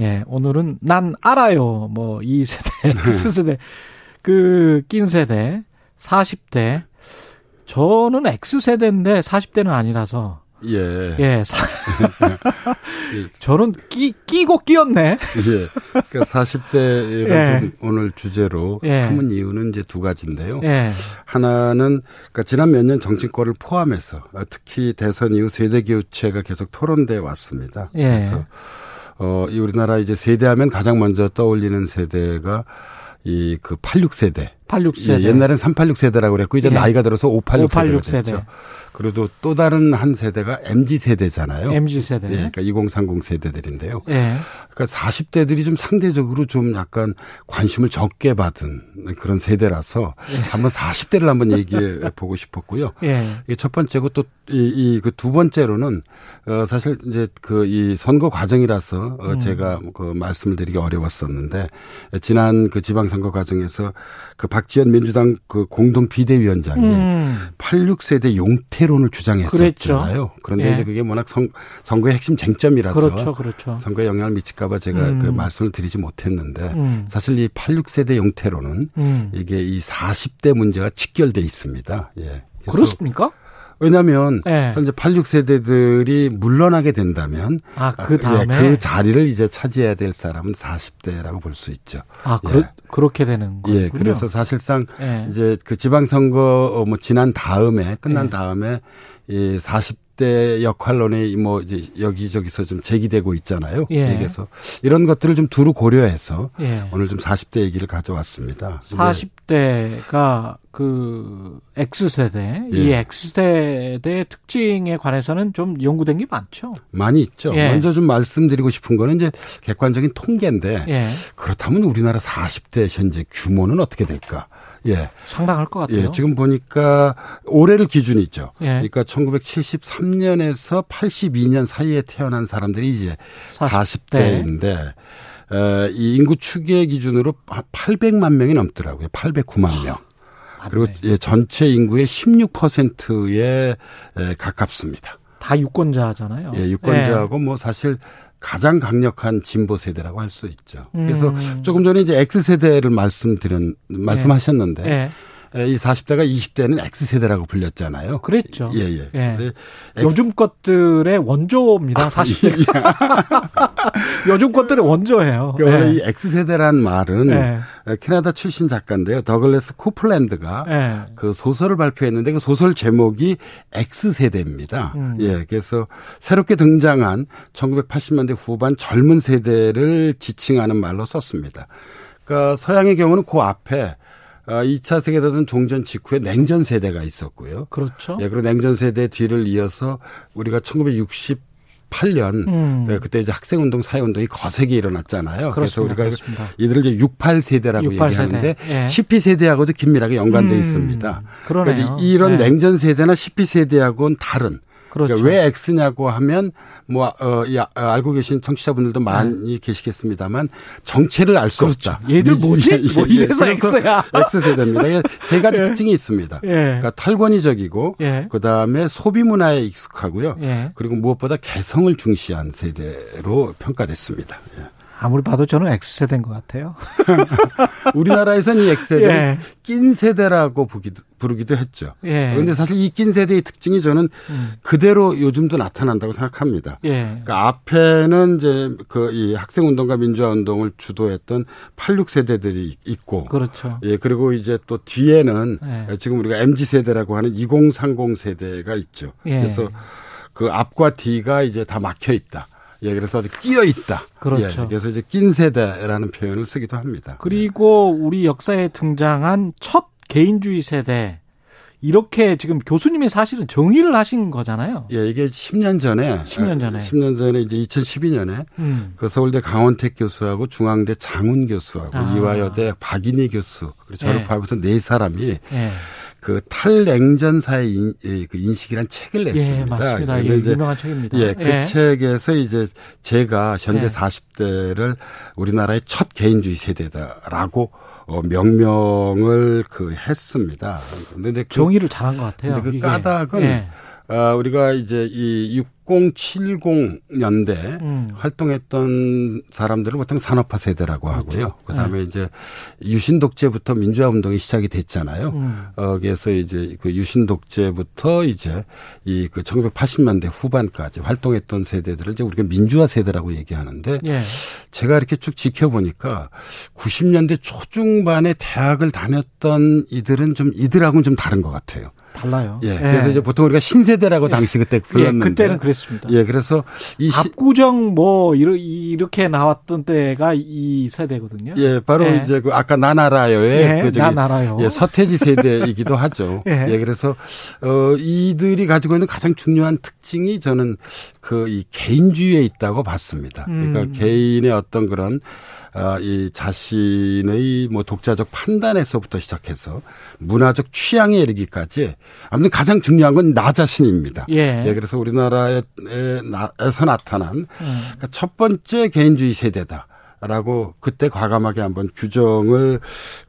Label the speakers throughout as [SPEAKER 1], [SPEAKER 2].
[SPEAKER 1] 예, 오늘은 난 알아요. 뭐, 이 세대, X세대, 그, 낀 세대, 40대. 저는 X세대인데 40대는 아니라서.
[SPEAKER 2] 예. 예.
[SPEAKER 1] 예, 사- 저는 끼, 끼고 끼었네.
[SPEAKER 2] 그러니까 40대를
[SPEAKER 1] 예.
[SPEAKER 2] 좀 오늘 주제로
[SPEAKER 1] 예.
[SPEAKER 2] 삼은 이유는 이제 두 가지인데요.
[SPEAKER 1] 예,
[SPEAKER 2] 하나는 그러니까 지난 몇 년 정치권을 포함해서 아, 특히 대선 이후 세대 교체가 계속 토론돼 왔습니다.
[SPEAKER 1] 예.
[SPEAKER 2] 그래서 어, 이 우리나라 이제 세대하면 가장 먼저 떠올리는 세대가 이 그 86세대. 예,
[SPEAKER 1] 86세대.
[SPEAKER 2] 옛날엔 386 세대라고 그랬고 이제
[SPEAKER 1] 예.
[SPEAKER 2] 나이가 들어서 586,
[SPEAKER 1] 586
[SPEAKER 2] 세대가 됐죠.
[SPEAKER 1] 세대.
[SPEAKER 2] 그래도 또 다른 한 세대가 MZ 세대잖아요.
[SPEAKER 1] MG세대.
[SPEAKER 2] 예, 그러니까 2030 세대들인데요.
[SPEAKER 1] 예,
[SPEAKER 2] 그러니까 40대들이 좀 상대적으로 좀 약간 관심을 적게 받은 그런 세대라서 한번 40대를 한번 얘기해 보고 싶었고요.
[SPEAKER 1] 네. 예.
[SPEAKER 2] 이게 첫 번째고 또 이 그 두 번째로는 어 사실 이제 그 이 선거 과정이라서
[SPEAKER 1] 음.
[SPEAKER 2] 어 제가 그 말씀을 드리기 어려웠었는데 지난 그 지방 선거 과정에서 그 박지원 민주당 그 공동 비대위원장이
[SPEAKER 1] 음.
[SPEAKER 2] 86세대 용태론을 주장했었잖아요. 그런데
[SPEAKER 1] 예.
[SPEAKER 2] 이제 그게 워낙 선, 선거의 핵심 쟁점이라서
[SPEAKER 1] 그렇죠, 그렇죠.
[SPEAKER 2] 선거에 영향을 미칠까봐 제가
[SPEAKER 1] 음.
[SPEAKER 2] 그 말씀을 드리지 못했는데
[SPEAKER 1] 음.
[SPEAKER 2] 사실 이 86세대 용태로는
[SPEAKER 1] 음.
[SPEAKER 2] 이게 이 40대 문제가 직결돼 있습니다. 예. 그래서
[SPEAKER 1] 그렇습니까?
[SPEAKER 2] 왜냐하면
[SPEAKER 1] 예.
[SPEAKER 2] 사실 이제 86세대들이 물러나게 된다면
[SPEAKER 1] 아, 그 다음에?
[SPEAKER 2] 예, 그 자리를 이제 차지해야 될 사람은 40대라고 볼 수 있죠.
[SPEAKER 1] 아, 그렇게 되는 거군요.
[SPEAKER 2] 예, 그래서 사실상
[SPEAKER 1] 예.
[SPEAKER 2] 이제 그 지방선거 어, 뭐 지난 다음에 끝난
[SPEAKER 1] 예.
[SPEAKER 2] 다음에 이 40대 역할론이 뭐 이제 여기저기서 좀 제기되고 있잖아요.
[SPEAKER 1] 예.
[SPEAKER 2] 그래서 이런 것들을 좀 두루 고려해서
[SPEAKER 1] 예.
[SPEAKER 2] 오늘 좀 40대 얘기를 가져왔습니다. 근데
[SPEAKER 1] 40대가 그 X세대, 이
[SPEAKER 2] 예.
[SPEAKER 1] X세대의 특징에 관해서는 좀 연구된 게 많죠.
[SPEAKER 2] 많이 있죠.
[SPEAKER 1] 예.
[SPEAKER 2] 먼저 좀 말씀드리고 싶은 거는 이제 객관적인 통계인데
[SPEAKER 1] 예.
[SPEAKER 2] 그렇다면 우리나라 40대 현재 규모는 어떻게 될까? 예.
[SPEAKER 1] 상당할 것 같아요.
[SPEAKER 2] 예, 지금 보니까 올해를 기준이죠.
[SPEAKER 1] 예.
[SPEAKER 2] 그러니까 1973년에서 82년 사이에 태어난 사람들이 이제
[SPEAKER 1] 40
[SPEAKER 2] 40,
[SPEAKER 1] 대.
[SPEAKER 2] 대인데 어, 이 인구 추계 기준으로 한 800만 명이 넘더라고요. 809만 명.
[SPEAKER 1] 아,
[SPEAKER 2] 그리고 예, 전체 인구의 16%에 에, 가깝습니다.
[SPEAKER 1] 다 유권자잖아요.
[SPEAKER 2] 예, 유권자하고 뭐 사실 가장 강력한 진보 세대라고 할 수 있죠. 그래서
[SPEAKER 1] 음.
[SPEAKER 2] 조금 전에 이제 X 세대를 말씀드린 말씀하셨는데
[SPEAKER 1] 예. 예.
[SPEAKER 2] 에, 이 40대가 20대는 X세대라고 불렸잖아요.
[SPEAKER 1] 그랬죠.
[SPEAKER 2] 예, 예.
[SPEAKER 1] 예.
[SPEAKER 2] 근데
[SPEAKER 1] 요즘 것들의
[SPEAKER 2] 아, 예.
[SPEAKER 1] 원조입니다. 40대가 요즘 것들의 원조예요.
[SPEAKER 2] 그 원래 이 X세대란 말은
[SPEAKER 1] 예.
[SPEAKER 2] 에, 캐나다 출신 작가인데요. 더글래스 코플랜드가
[SPEAKER 1] 예.
[SPEAKER 2] 그 소설을 발표했는데 그 소설 제목이 X세대입니다.
[SPEAKER 1] 음.
[SPEAKER 2] 예. 그래서 새롭게 등장한 1980년대 후반 젊은 세대를 지칭하는 말로 썼습니다. 그러니까 서양의 경우는 그 앞에 아, 2차 세계대전 종전 직후에 냉전 세대가 있었고요.
[SPEAKER 1] 그렇죠.
[SPEAKER 2] 예, 그리고 냉전 세대 뒤를 이어서 우리가 1968년
[SPEAKER 1] 음.
[SPEAKER 2] 예, 그때 이제 학생 운동, 사회 운동이 거세게 일어났잖아요.
[SPEAKER 1] 그렇습니다.
[SPEAKER 2] 그래서 우리가
[SPEAKER 1] 그렇습니다.
[SPEAKER 2] 이들을 이제 68 세대라고
[SPEAKER 1] 68
[SPEAKER 2] 얘기하는데
[SPEAKER 1] 세대. 예.
[SPEAKER 2] 10P 세대하고도 긴밀하게 연관돼
[SPEAKER 1] 음,
[SPEAKER 2] 있습니다.
[SPEAKER 1] 그러네요.
[SPEAKER 2] 그러니까 이제 이런
[SPEAKER 1] 네.
[SPEAKER 2] 냉전 세대나 10P 세대하고는 다른
[SPEAKER 1] 그렇죠.
[SPEAKER 2] 그러니까 왜 X냐고 하면 뭐 어, 이 아- 알고 계신 청취자분들도
[SPEAKER 1] 네.
[SPEAKER 2] 많이 계시겠습니다만 정체를 알 수 없다.
[SPEAKER 1] 그렇죠.
[SPEAKER 2] 예,
[SPEAKER 1] 얘들 뭐지? 뭐 이래서 X야.
[SPEAKER 2] X 세대입니다. 세 가지 특징이 있습니다.
[SPEAKER 1] 예.
[SPEAKER 2] 그러니까 탈권위적이고
[SPEAKER 1] 예.
[SPEAKER 2] 그다음에 소비 문화에 익숙하고요.
[SPEAKER 1] 예.
[SPEAKER 2] 그리고 무엇보다 개성을 중시한 세대로 평가됐습니다. 예.
[SPEAKER 1] 아무리 봐도 저는 X세대인 것 같아요.
[SPEAKER 2] 우리나라에서는 이 X세대를
[SPEAKER 1] 예.
[SPEAKER 2] 낀 세대라고 부기도, 부르기도 했죠.
[SPEAKER 1] 예. 음.
[SPEAKER 2] 그런데 사실 이 낀 세대의 특징이 저는 그대로 요즘도 나타난다고 생각합니다.
[SPEAKER 1] 예.
[SPEAKER 2] 그러니까 앞에는 이제 그 이 학생 운동과 민주화 운동을 주도했던 86세대들이 있고
[SPEAKER 1] 그렇죠.
[SPEAKER 2] 예, 그리고 이제 또 뒤에는
[SPEAKER 1] 예.
[SPEAKER 2] 지금 우리가 MZ 세대라고 하는 2030 세대가 있죠.
[SPEAKER 1] 예.
[SPEAKER 2] 그래서 그 앞과 뒤가 이제 다 막혀 있다. 예, 그래서 아주 끼어 있다.
[SPEAKER 1] 그렇죠.
[SPEAKER 2] 예, 그래서 이제 낀 세대라는 표현을 쓰기도 합니다.
[SPEAKER 1] 그리고 우리 역사에 등장한 첫 개인주의 세대 이렇게 지금 교수님이 사실은 정의를 하신 거잖아요.
[SPEAKER 2] 예, 이게 10년 전에 예,
[SPEAKER 1] 10년 전에
[SPEAKER 2] 10년 전에 이제 2012년에 음. 그 서울대 강원택 교수하고 중앙대 장훈 교수하고 아. 이화여대 박인희 교수
[SPEAKER 1] 예.
[SPEAKER 2] 그리고 졸업하고서 네, 네 사람이 네. 그 탈냉전 사회 인, 그 인식이란 책을 냈습니다. 예,
[SPEAKER 1] 맞습니다. 예, 이제, 유명한 책입니다.
[SPEAKER 2] 예, 그 예. 책에서 이제 제가 현재 예. 40대를 우리나라의 첫 개인주의 세대다라고 어, 명명을 그 했습니다.
[SPEAKER 1] 근데 그, 정의를 잘한 것 같아요.
[SPEAKER 2] 그 까닭은 예. 아, 우리가 이제 이 6070년대 음. 활동했던 사람들을 보통 산업화 세대라고 하고요. 그렇죠. 그다음에 네. 이제 유신 독재부터 민주화 운동이 시작이 됐잖아요. 음. 어, 그래서 이제 그 유신 독재부터 이제 이 그 1980년대 후반까지 활동했던 세대들을 이제 우리가 민주화 세대라고 얘기하는데 네.
[SPEAKER 1] 예.
[SPEAKER 2] 제가 이렇게 쭉 지켜보니까 90년대 초중반에 대학을 다녔던 이들은 좀 이들하고는 좀 다른 것 같아요.
[SPEAKER 1] 달라요.
[SPEAKER 2] 예. 그래서 예. 이제 보통 우리가 신세대라고 예. 당시 그때 불렀는데
[SPEAKER 1] 예, 그때는 그랬습니다.
[SPEAKER 2] 예. 그래서
[SPEAKER 1] 이 압구정 뭐 이렇게 나왔던 때가 이 세대거든요.
[SPEAKER 2] 예. 바로 예. 이제 그 아까 나나라요의
[SPEAKER 1] 예. 그 나나라요.
[SPEAKER 2] 예, 서태지 세대이기도 하죠. 예. 예. 그래서 어 이들이 가지고 있는 가장 중요한 특징이 저는 그 이 개인주의에 있다고 봤습니다. 그러니까 음. 개인의 어떤 그런 아, 이 자신의 뭐 독자적 판단에서부터 시작해서 문화적 취향에 이르기까지 아무튼 가장 중요한 건 나 자신입니다.
[SPEAKER 1] 예.
[SPEAKER 2] 예. 그래서 우리나라에서
[SPEAKER 1] 음.
[SPEAKER 2] 나타난 그러니까 첫 번째 개인주의 세대다라고 그때 과감하게 한번 규정을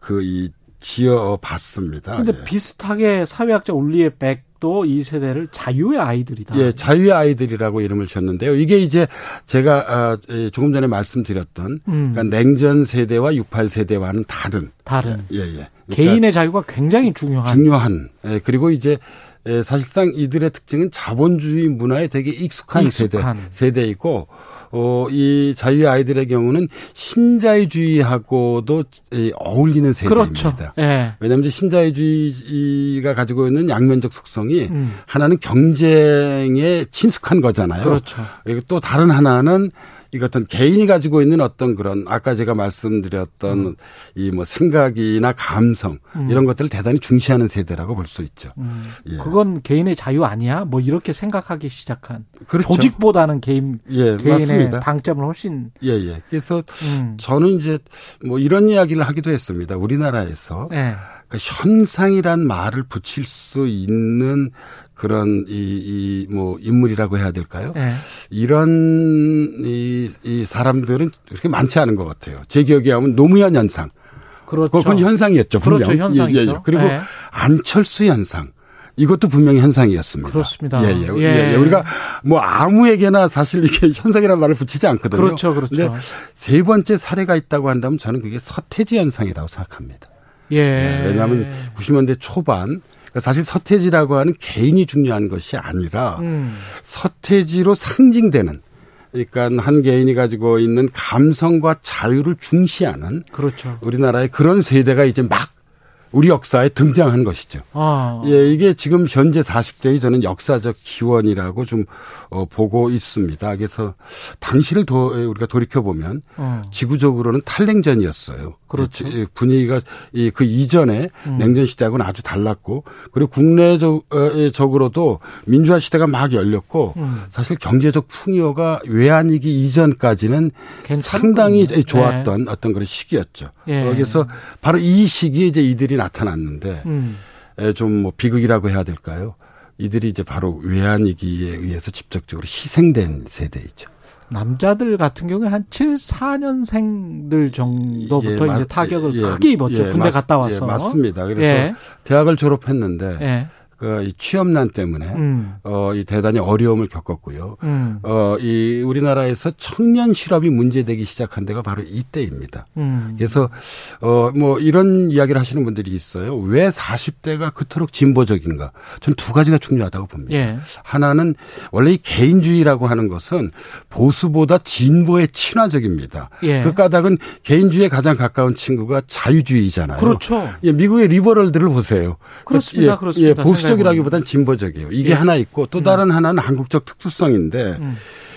[SPEAKER 2] 그이 지어 봤습니다.
[SPEAKER 1] 근데 예. 비슷하게 사회학자 올리에 백 또이 세대를 자유의 아이들이다.
[SPEAKER 2] 예, 자유의 아이들이라고 이름을 지었는데요. 이게 이제 제가 아, 조금 전에 말씀드렸던 음. 그러니까 냉전 세대와 68 세대와는 다른
[SPEAKER 1] 다른
[SPEAKER 2] 예, 예.
[SPEAKER 1] 그러니까 개인의 자유가 굉장히 중요한
[SPEAKER 2] 중요한. 예, 그리고 이제 예, 사실상 이들의 특징은 자본주의 문화에 되게 익숙한, 익숙한. 세대 세대이고 어, 이 자유의 아이들의 경우는 신자유주의하고도 이, 어울리는 세대입니다.
[SPEAKER 1] 그렇죠. 예.
[SPEAKER 2] 왜냐하면 이제 신자유주의가 가지고 있는 양면적 속성이 음. 하나는 경쟁에 친숙한 거잖아요.
[SPEAKER 1] 그렇죠.
[SPEAKER 2] 그리고 또 다른 하나는 이 어떤 개인이 가지고 있는 어떤 그런 아까 제가 말씀드렸던 음. 이뭐 생각이나 감성 음. 이런 것들을 대단히 중시하는 세대라고 볼 수 있죠. 음.
[SPEAKER 1] 예. 그건 개인의 자유 아니야? 뭐 이렇게 생각하기 시작한 그렇죠. 조직보다는 개인
[SPEAKER 2] 네,
[SPEAKER 1] 예, 개인의 맞습니다. 방점을 음. 훨씬
[SPEAKER 2] 예예. 그래서 저는 이제 뭐 이런 이야기를 하기도 했습니다. 우리나라에서
[SPEAKER 1] 네.
[SPEAKER 2] 예. 그러니까 현상이란 말을 붙일 수 있는 그런 이 이뭐 인물이라고 해야 될까요?
[SPEAKER 1] 예.
[SPEAKER 2] 네. 이런 이, 이 사람들은 그렇게 많지 않은 것 같아요. 제 기억에 하면 노무현 현상.
[SPEAKER 1] 그렇죠.
[SPEAKER 2] 그건 현상이었죠.
[SPEAKER 1] 그렇죠. 분명. 현상이죠. 예, 예.
[SPEAKER 2] 그리고 네. 안철수 현상. 이것도 분명히 현상이었습니다.
[SPEAKER 1] 그렇습니다.
[SPEAKER 2] 예, 예, 예. 예, 우리가 뭐 아무에게나 사실 이게 현상이라는 말을 붙이지 않거든요.
[SPEAKER 1] 그렇죠. 그렇죠.
[SPEAKER 2] 세 번째 사례가 있다고 한다면 저는 그게 서태지 현상이라고 생각합니다.
[SPEAKER 1] 예.
[SPEAKER 2] 네, 왜냐하면 90년대 초반 그러니까 사실 서태지라고 하는 개인이 중요한 것이 아니라 음. 서태지로 상징되는 그러니까 한 개인이 가지고 있는 감성과 자유를 중시하는
[SPEAKER 1] 그렇죠.
[SPEAKER 2] 우리나라의 그런 세대가 이제 막 우리 역사에 등장한 것이죠.
[SPEAKER 1] 아.
[SPEAKER 2] 예, 이게 지금 현재 40대의 저는 역사적 기원이라고 좀 어, 보고 있습니다. 그래서 당시를 도, 우리가 돌이켜 보면 어. 지구적으로는 탈냉전이었어요.
[SPEAKER 1] 그렇죠. 예,
[SPEAKER 2] 분위기가 이, 그 이전에 음. 냉전 시대하고는 아주 달랐고 그리고 어, 예, 국내적으로도 민주화 시대가 막 열렸고 음. 사실 경제적 풍요가 외환위기 이전까지는 괜찮군요. 상당히 좋았던 네. 어떤 그런 시기였죠. 예. 그래서 바로 이 시기에 이제 이들이 나타났는데 음. 좀뭐 비극이라고 해야 될까요? 이들이 이제 바로 외환위기에 의해서 직접적으로 희생된 세대이죠.
[SPEAKER 1] 남자들 같은 경우에 한 7, 4년생들 정도부터 예, 이제 타격을 예, 크게 입었죠. 예, 군대 맞, 갔다 와서. 예,
[SPEAKER 2] 맞습니다. 그래서 대학을 졸업했는데 그 취업난 때문에 음. 어이 대단히 어려움을 겪었고요. 음. 어이 우리나라에서 청년 실업이 문제되기 시작한 데가 바로 이때입니다. 음. 그래서 어 뭐 이런 이야기를 하시는 분들이 있어요. 왜 40대가 그토록 진보적인가? 전 두 가지가 중요하다고 봅니다.
[SPEAKER 1] 예.
[SPEAKER 2] 하나는 원래 이 개인주의라고 하는 것은 보수보다 진보에 친화적입니다.
[SPEAKER 1] 예.
[SPEAKER 2] 그 까닭은 개인주의에 가장 가까운 친구가 자유주의잖아요.
[SPEAKER 1] 그렇죠.
[SPEAKER 2] 예, 미국의 리버럴들을 보세요.
[SPEAKER 1] 그렇습니다. 그렇습니다.
[SPEAKER 2] 예, 보수 보수적이라기보단 진보적이에요. 이게 예. 하나 있고 또 다른 음. 하나는 한국적 특수성인데 음.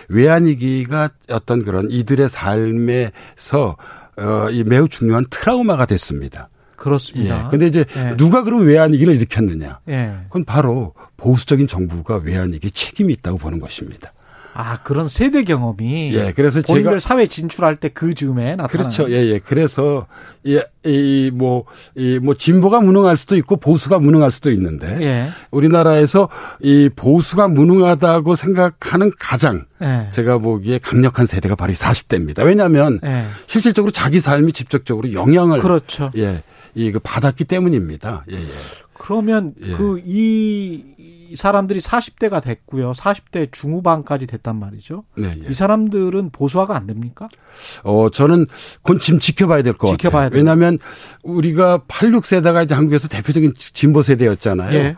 [SPEAKER 2] 외환위기가 어떤 그런 이들의 삶에서 어, 이 매우 중요한 트라우마가 됐습니다.
[SPEAKER 1] 그렇습니다.
[SPEAKER 2] 예. 근데 이제
[SPEAKER 1] 예.
[SPEAKER 2] 누가 그럼 외환위기를 일으켰느냐?
[SPEAKER 1] 예.
[SPEAKER 2] 그건 바로 보수적인 정부가 외환위기에 책임이 있다고 보는 것입니다.
[SPEAKER 1] 아 그런 세대 경험이
[SPEAKER 2] 예, 그래서
[SPEAKER 1] 본인들
[SPEAKER 2] 제가
[SPEAKER 1] 사회 진출할 때 그 즈음에 나타나
[SPEAKER 2] 그렇죠. 예, 예. 그래서 이뭐이뭐 진보가 무능할 수도 있고 보수가 무능할 수도 있는데
[SPEAKER 1] 예.
[SPEAKER 2] 우리나라에서 이 보수가 무능하다고 생각하는 가장
[SPEAKER 1] 예.
[SPEAKER 2] 제가 보기에 강력한 세대가 바로 이 40대입니다. 왜냐하면
[SPEAKER 1] 예.
[SPEAKER 2] 실질적으로 자기 삶이 직접적으로 영향을
[SPEAKER 1] 그렇죠.
[SPEAKER 2] 예, 이그 받았기 때문입니다. 예, 예.
[SPEAKER 1] 그러면
[SPEAKER 2] 예.
[SPEAKER 1] 그 이 사람들이 40대가 됐고요. 40대 중후반까지 됐단 말이죠.
[SPEAKER 2] 네, 예.
[SPEAKER 1] 이 사람들은 보수화가 안 됩니까?
[SPEAKER 2] 어, 저는 그건 지금 지켜봐야 될 것
[SPEAKER 1] 지켜봐야
[SPEAKER 2] 같아요.
[SPEAKER 1] 돼요.
[SPEAKER 2] 왜냐하면 우리가 86세대가 이제 한국에서 대표적인 진보 세대였잖아요.
[SPEAKER 1] 예.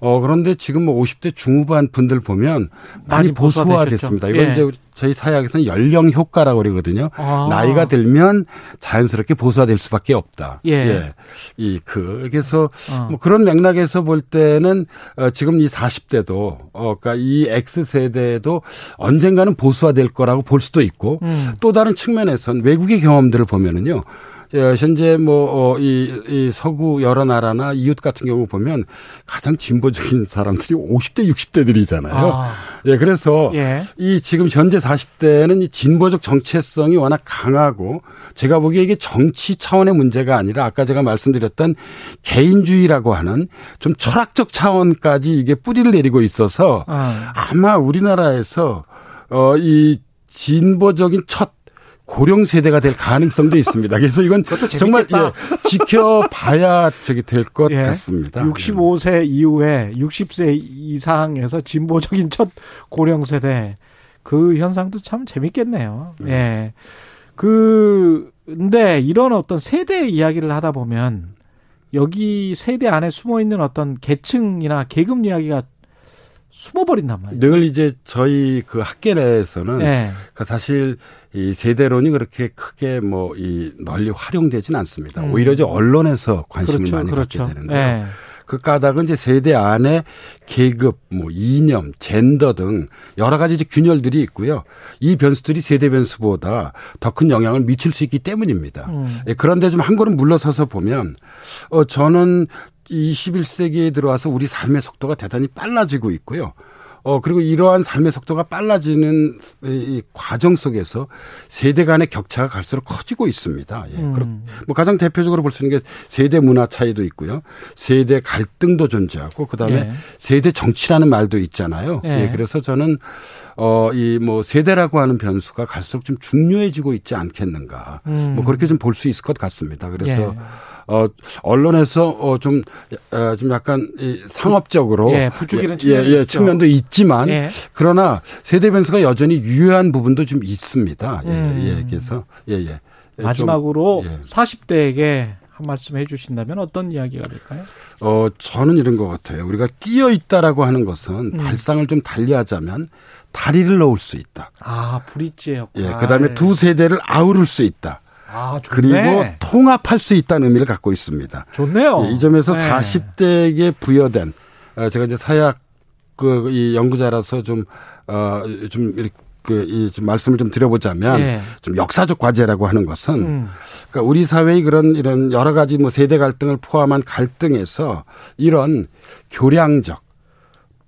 [SPEAKER 2] 어, 그런데 지금 뭐 50대 중후반 분들 보면
[SPEAKER 1] 많이
[SPEAKER 2] 많이
[SPEAKER 1] 보수화되셨죠.
[SPEAKER 2] 보수화 됐습니다. 이건
[SPEAKER 1] 예.
[SPEAKER 2] 이제 저희 사회학에서는 연령 효과라고 그러거든요.
[SPEAKER 1] 아.
[SPEAKER 2] 나이가 들면 자연스럽게 보수화될 수밖에 없다.
[SPEAKER 1] 예.
[SPEAKER 2] 이, 그, 그래서
[SPEAKER 1] 어.
[SPEAKER 2] 뭐 그런 맥락에서 볼 때는 어, 지금 이 40대도, 어, 그니까 이 X세대도 언젠가는 보수화될 거라고 볼 수도 있고
[SPEAKER 1] 음.
[SPEAKER 2] 또 다른 측면에선 외국의 경험들을 보면은요. 예, 현재 뭐, 어, 이, 이 서구 여러 나라나 이웃 같은 경우 보면 가장 진보적인 사람들이 50대, 60대들이잖아요.
[SPEAKER 1] 아.
[SPEAKER 2] 예, 그래서
[SPEAKER 1] 예.
[SPEAKER 2] 이 지금 현재 40대는 이 진보적 정체성이 워낙 강하고 제가 보기에 이게 정치 차원의 문제가 아니라 아까 제가 말씀드렸던 개인주의라고 하는 좀 철학적 차원까지 이게 뿌리를 내리고 있어서
[SPEAKER 1] 아.
[SPEAKER 2] 아마 우리나라에서 어 이 진보적인 첫 고령 세대가 될 가능성도 있습니다. 그래서 이건 정말
[SPEAKER 1] 재밌겠다.
[SPEAKER 2] 예, 지켜봐야 저기 될 것
[SPEAKER 1] 예.
[SPEAKER 2] 같습니다. 네.
[SPEAKER 1] 65세 이후에 60세 이상에서 진보적인 첫 고령 세대 그 현상도 참 재밌겠네요. 예. 그 근데 이런 어떤 세대 이야기를 하다 보면 여기 세대 안에 숨어 있는 어떤 계층이나 계급 이야기가 숨어 버린단 말이에요.
[SPEAKER 2] 늘 이제 저희 그 학계 내에서는
[SPEAKER 1] 예.
[SPEAKER 2] 그 사실 이 세대론이 그렇게 크게 뭐 이 널리 활용되진 않습니다.
[SPEAKER 1] 음.
[SPEAKER 2] 오히려 이제 언론에서 관심을
[SPEAKER 1] 그렇죠.
[SPEAKER 2] 많이
[SPEAKER 1] 그렇죠.
[SPEAKER 2] 갖게 되는데
[SPEAKER 1] 예.
[SPEAKER 2] 그 까닭은 이제 세대 안에 계급, 뭐 이념, 젠더 등 여러 가지 이제 균열들이 있고요. 이 변수들이 세대 변수보다 더 큰 영향을 미칠 수 있기 때문입니다.
[SPEAKER 1] 음.
[SPEAKER 2] 예, 그런데 좀 한 걸음 물러서서 보면 어 저는 21세기에 들어와서 우리 삶의 속도가 대단히 빨라지고 있고요. 어 그리고 이러한 삶의 속도가 빨라지는 이- 이 과정 속에서 세대 간의 격차가 갈수록 커지고 있습니다. 예.
[SPEAKER 1] 음.
[SPEAKER 2] 그렇- 뭐 가장 대표적으로 볼 수 있는 게 세대 문화 차이도 있고요. 세대 갈등도 존재하고 그다음에
[SPEAKER 1] 예.
[SPEAKER 2] 세대 정치라는 말도 있잖아요.
[SPEAKER 1] 예.
[SPEAKER 2] 예, 그래서 저는 어 이 뭐 세대라고 하는 변수가 갈수록 좀 중요해지고 있지 않겠는가.
[SPEAKER 1] 음.
[SPEAKER 2] 뭐 그렇게 좀 볼 수 있을 것 같습니다. 그래서
[SPEAKER 1] 예.
[SPEAKER 2] 어 언론에서 어좀좀 좀 약간 이 상업적으로
[SPEAKER 1] 예, 부추기는
[SPEAKER 2] 예, 예,
[SPEAKER 1] 측면이
[SPEAKER 2] 예,
[SPEAKER 1] 있죠.
[SPEAKER 2] 측면도 있지만
[SPEAKER 1] 예.
[SPEAKER 2] 그러나 세대 변수가 여전히 유효한 부분도 좀 있습니다. 예, 예,
[SPEAKER 1] 음.
[SPEAKER 2] 그래서 예, 예. 예. 좀,
[SPEAKER 1] 마지막으로
[SPEAKER 2] 예.
[SPEAKER 1] 40대에게 한 말씀 해 주신다면 어떤 이야기가 될까요?
[SPEAKER 2] 어, 저는 이런 것 같아요. 우리가 끼어 있다라고 하는 것은
[SPEAKER 1] 음.
[SPEAKER 2] 발상을 좀 달리하자면 다리를 놓을 수 있다.
[SPEAKER 1] 아, 브릿지였구나.
[SPEAKER 2] 예, 그다음에 두 세대를 아우를 수 있다.
[SPEAKER 1] 아,
[SPEAKER 2] 그리고
[SPEAKER 1] 좋네.
[SPEAKER 2] 통합할 수 있다는 의미를 갖고 있습니다.
[SPEAKER 1] 좋네요.
[SPEAKER 2] 예, 이 점에서
[SPEAKER 1] 네.
[SPEAKER 2] 40대에게 부여된 어, 제가 이제 사약 그이 연구자라서 좀어좀 이렇게 그이좀 말씀을 좀 드려보자면
[SPEAKER 1] 예.
[SPEAKER 2] 좀 역사적 과제라고 하는 것은
[SPEAKER 1] 음.
[SPEAKER 2] 그러니까 우리 사회의 그런 이런 여러 가지 뭐 세대 갈등을 포함한 갈등에서 이런 교량적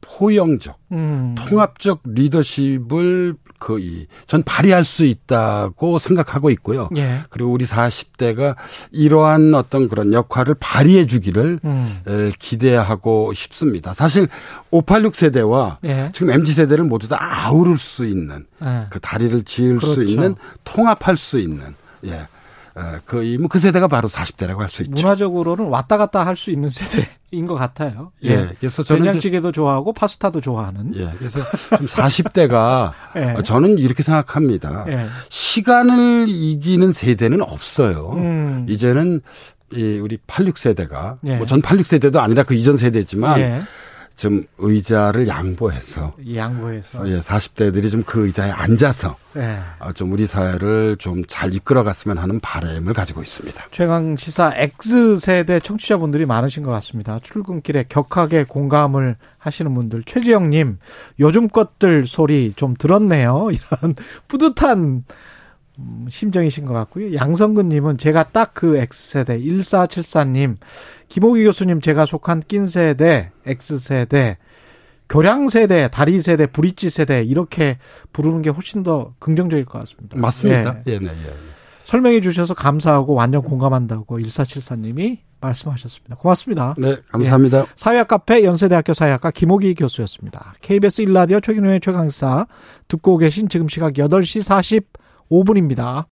[SPEAKER 2] 포용적
[SPEAKER 1] 음.
[SPEAKER 2] 통합적 리더십을 거의 전 발휘할 수 있다고 생각하고 있고요.
[SPEAKER 1] 예.
[SPEAKER 2] 그리고 우리 40대가 이러한 어떤 그런 역할을 발휘해 주기를
[SPEAKER 1] 음.
[SPEAKER 2] 에, 기대하고 싶습니다. 사실 586 세대와
[SPEAKER 1] 예.
[SPEAKER 2] 지금 MZ 세대를 모두 다 아우를 수 있는
[SPEAKER 1] 예.
[SPEAKER 2] 그 다리를 지을 수
[SPEAKER 1] 그렇죠.
[SPEAKER 2] 있는 통합할 수 있는 예. 그이그 뭐그 세대가 바로 40대라고 할 수 있죠.
[SPEAKER 1] 문화적으로는 왔다 갔다 할 수 있는 세대인 것 같아요.
[SPEAKER 2] 예. 그래서 저는 이제-
[SPEAKER 1] 된장찌개도 좋아하고 파스타도 좋아하는.
[SPEAKER 2] 예. 그래서 좀 40대가
[SPEAKER 1] 예.
[SPEAKER 2] 저는 이렇게 생각합니다.
[SPEAKER 1] 예.
[SPEAKER 2] 시간을 이기는 세대는 없어요.
[SPEAKER 1] 음.
[SPEAKER 2] 이제는 이 우리 86세대가
[SPEAKER 1] 예.
[SPEAKER 2] 뭐 전 86세대도 아니라 그 이전 세대지만
[SPEAKER 1] 예.
[SPEAKER 2] 좀 의자를 양보해서
[SPEAKER 1] 이 양보해서.
[SPEAKER 2] 예, 40대들이 좀 그 의자에 앉아서
[SPEAKER 1] 예.
[SPEAKER 2] 아, 좀 우리 사회를 좀 잘 이끌어갔으면 하는 바람을 가지고 있습니다.
[SPEAKER 1] 최강 시사 X세대 청취자분들이 많으신 것 같습니다. 출근길에 격하게 공감을 하시는 분들. 최지영님, 요즘 것들 소리 좀 들었네요. 이런 뿌듯한 음, 심정이신 것 같고요. 양성근님은 제가 딱 그 X세대, 1474님, 김호기 교수님 제가 속한 낀세대, X세대, 교량세대, 다리세대, 브릿지세대, 이렇게 부르는 게 훨씬 더 긍정적일 것 같습니다.
[SPEAKER 2] 맞습니다.
[SPEAKER 1] 예.
[SPEAKER 2] 예, 네, 예.
[SPEAKER 1] 설명해 주셔서 감사하고 완전 공감한다고 1474님이 말씀하셨습니다. 고맙습니다.
[SPEAKER 2] 네, 감사합니다.
[SPEAKER 1] 사회학 카페 연세대학교 사회학과 김호기 교수였습니다. KBS 1라디오 최경영의 최강사 듣고 계신 지금 시각 8시 45분입니다.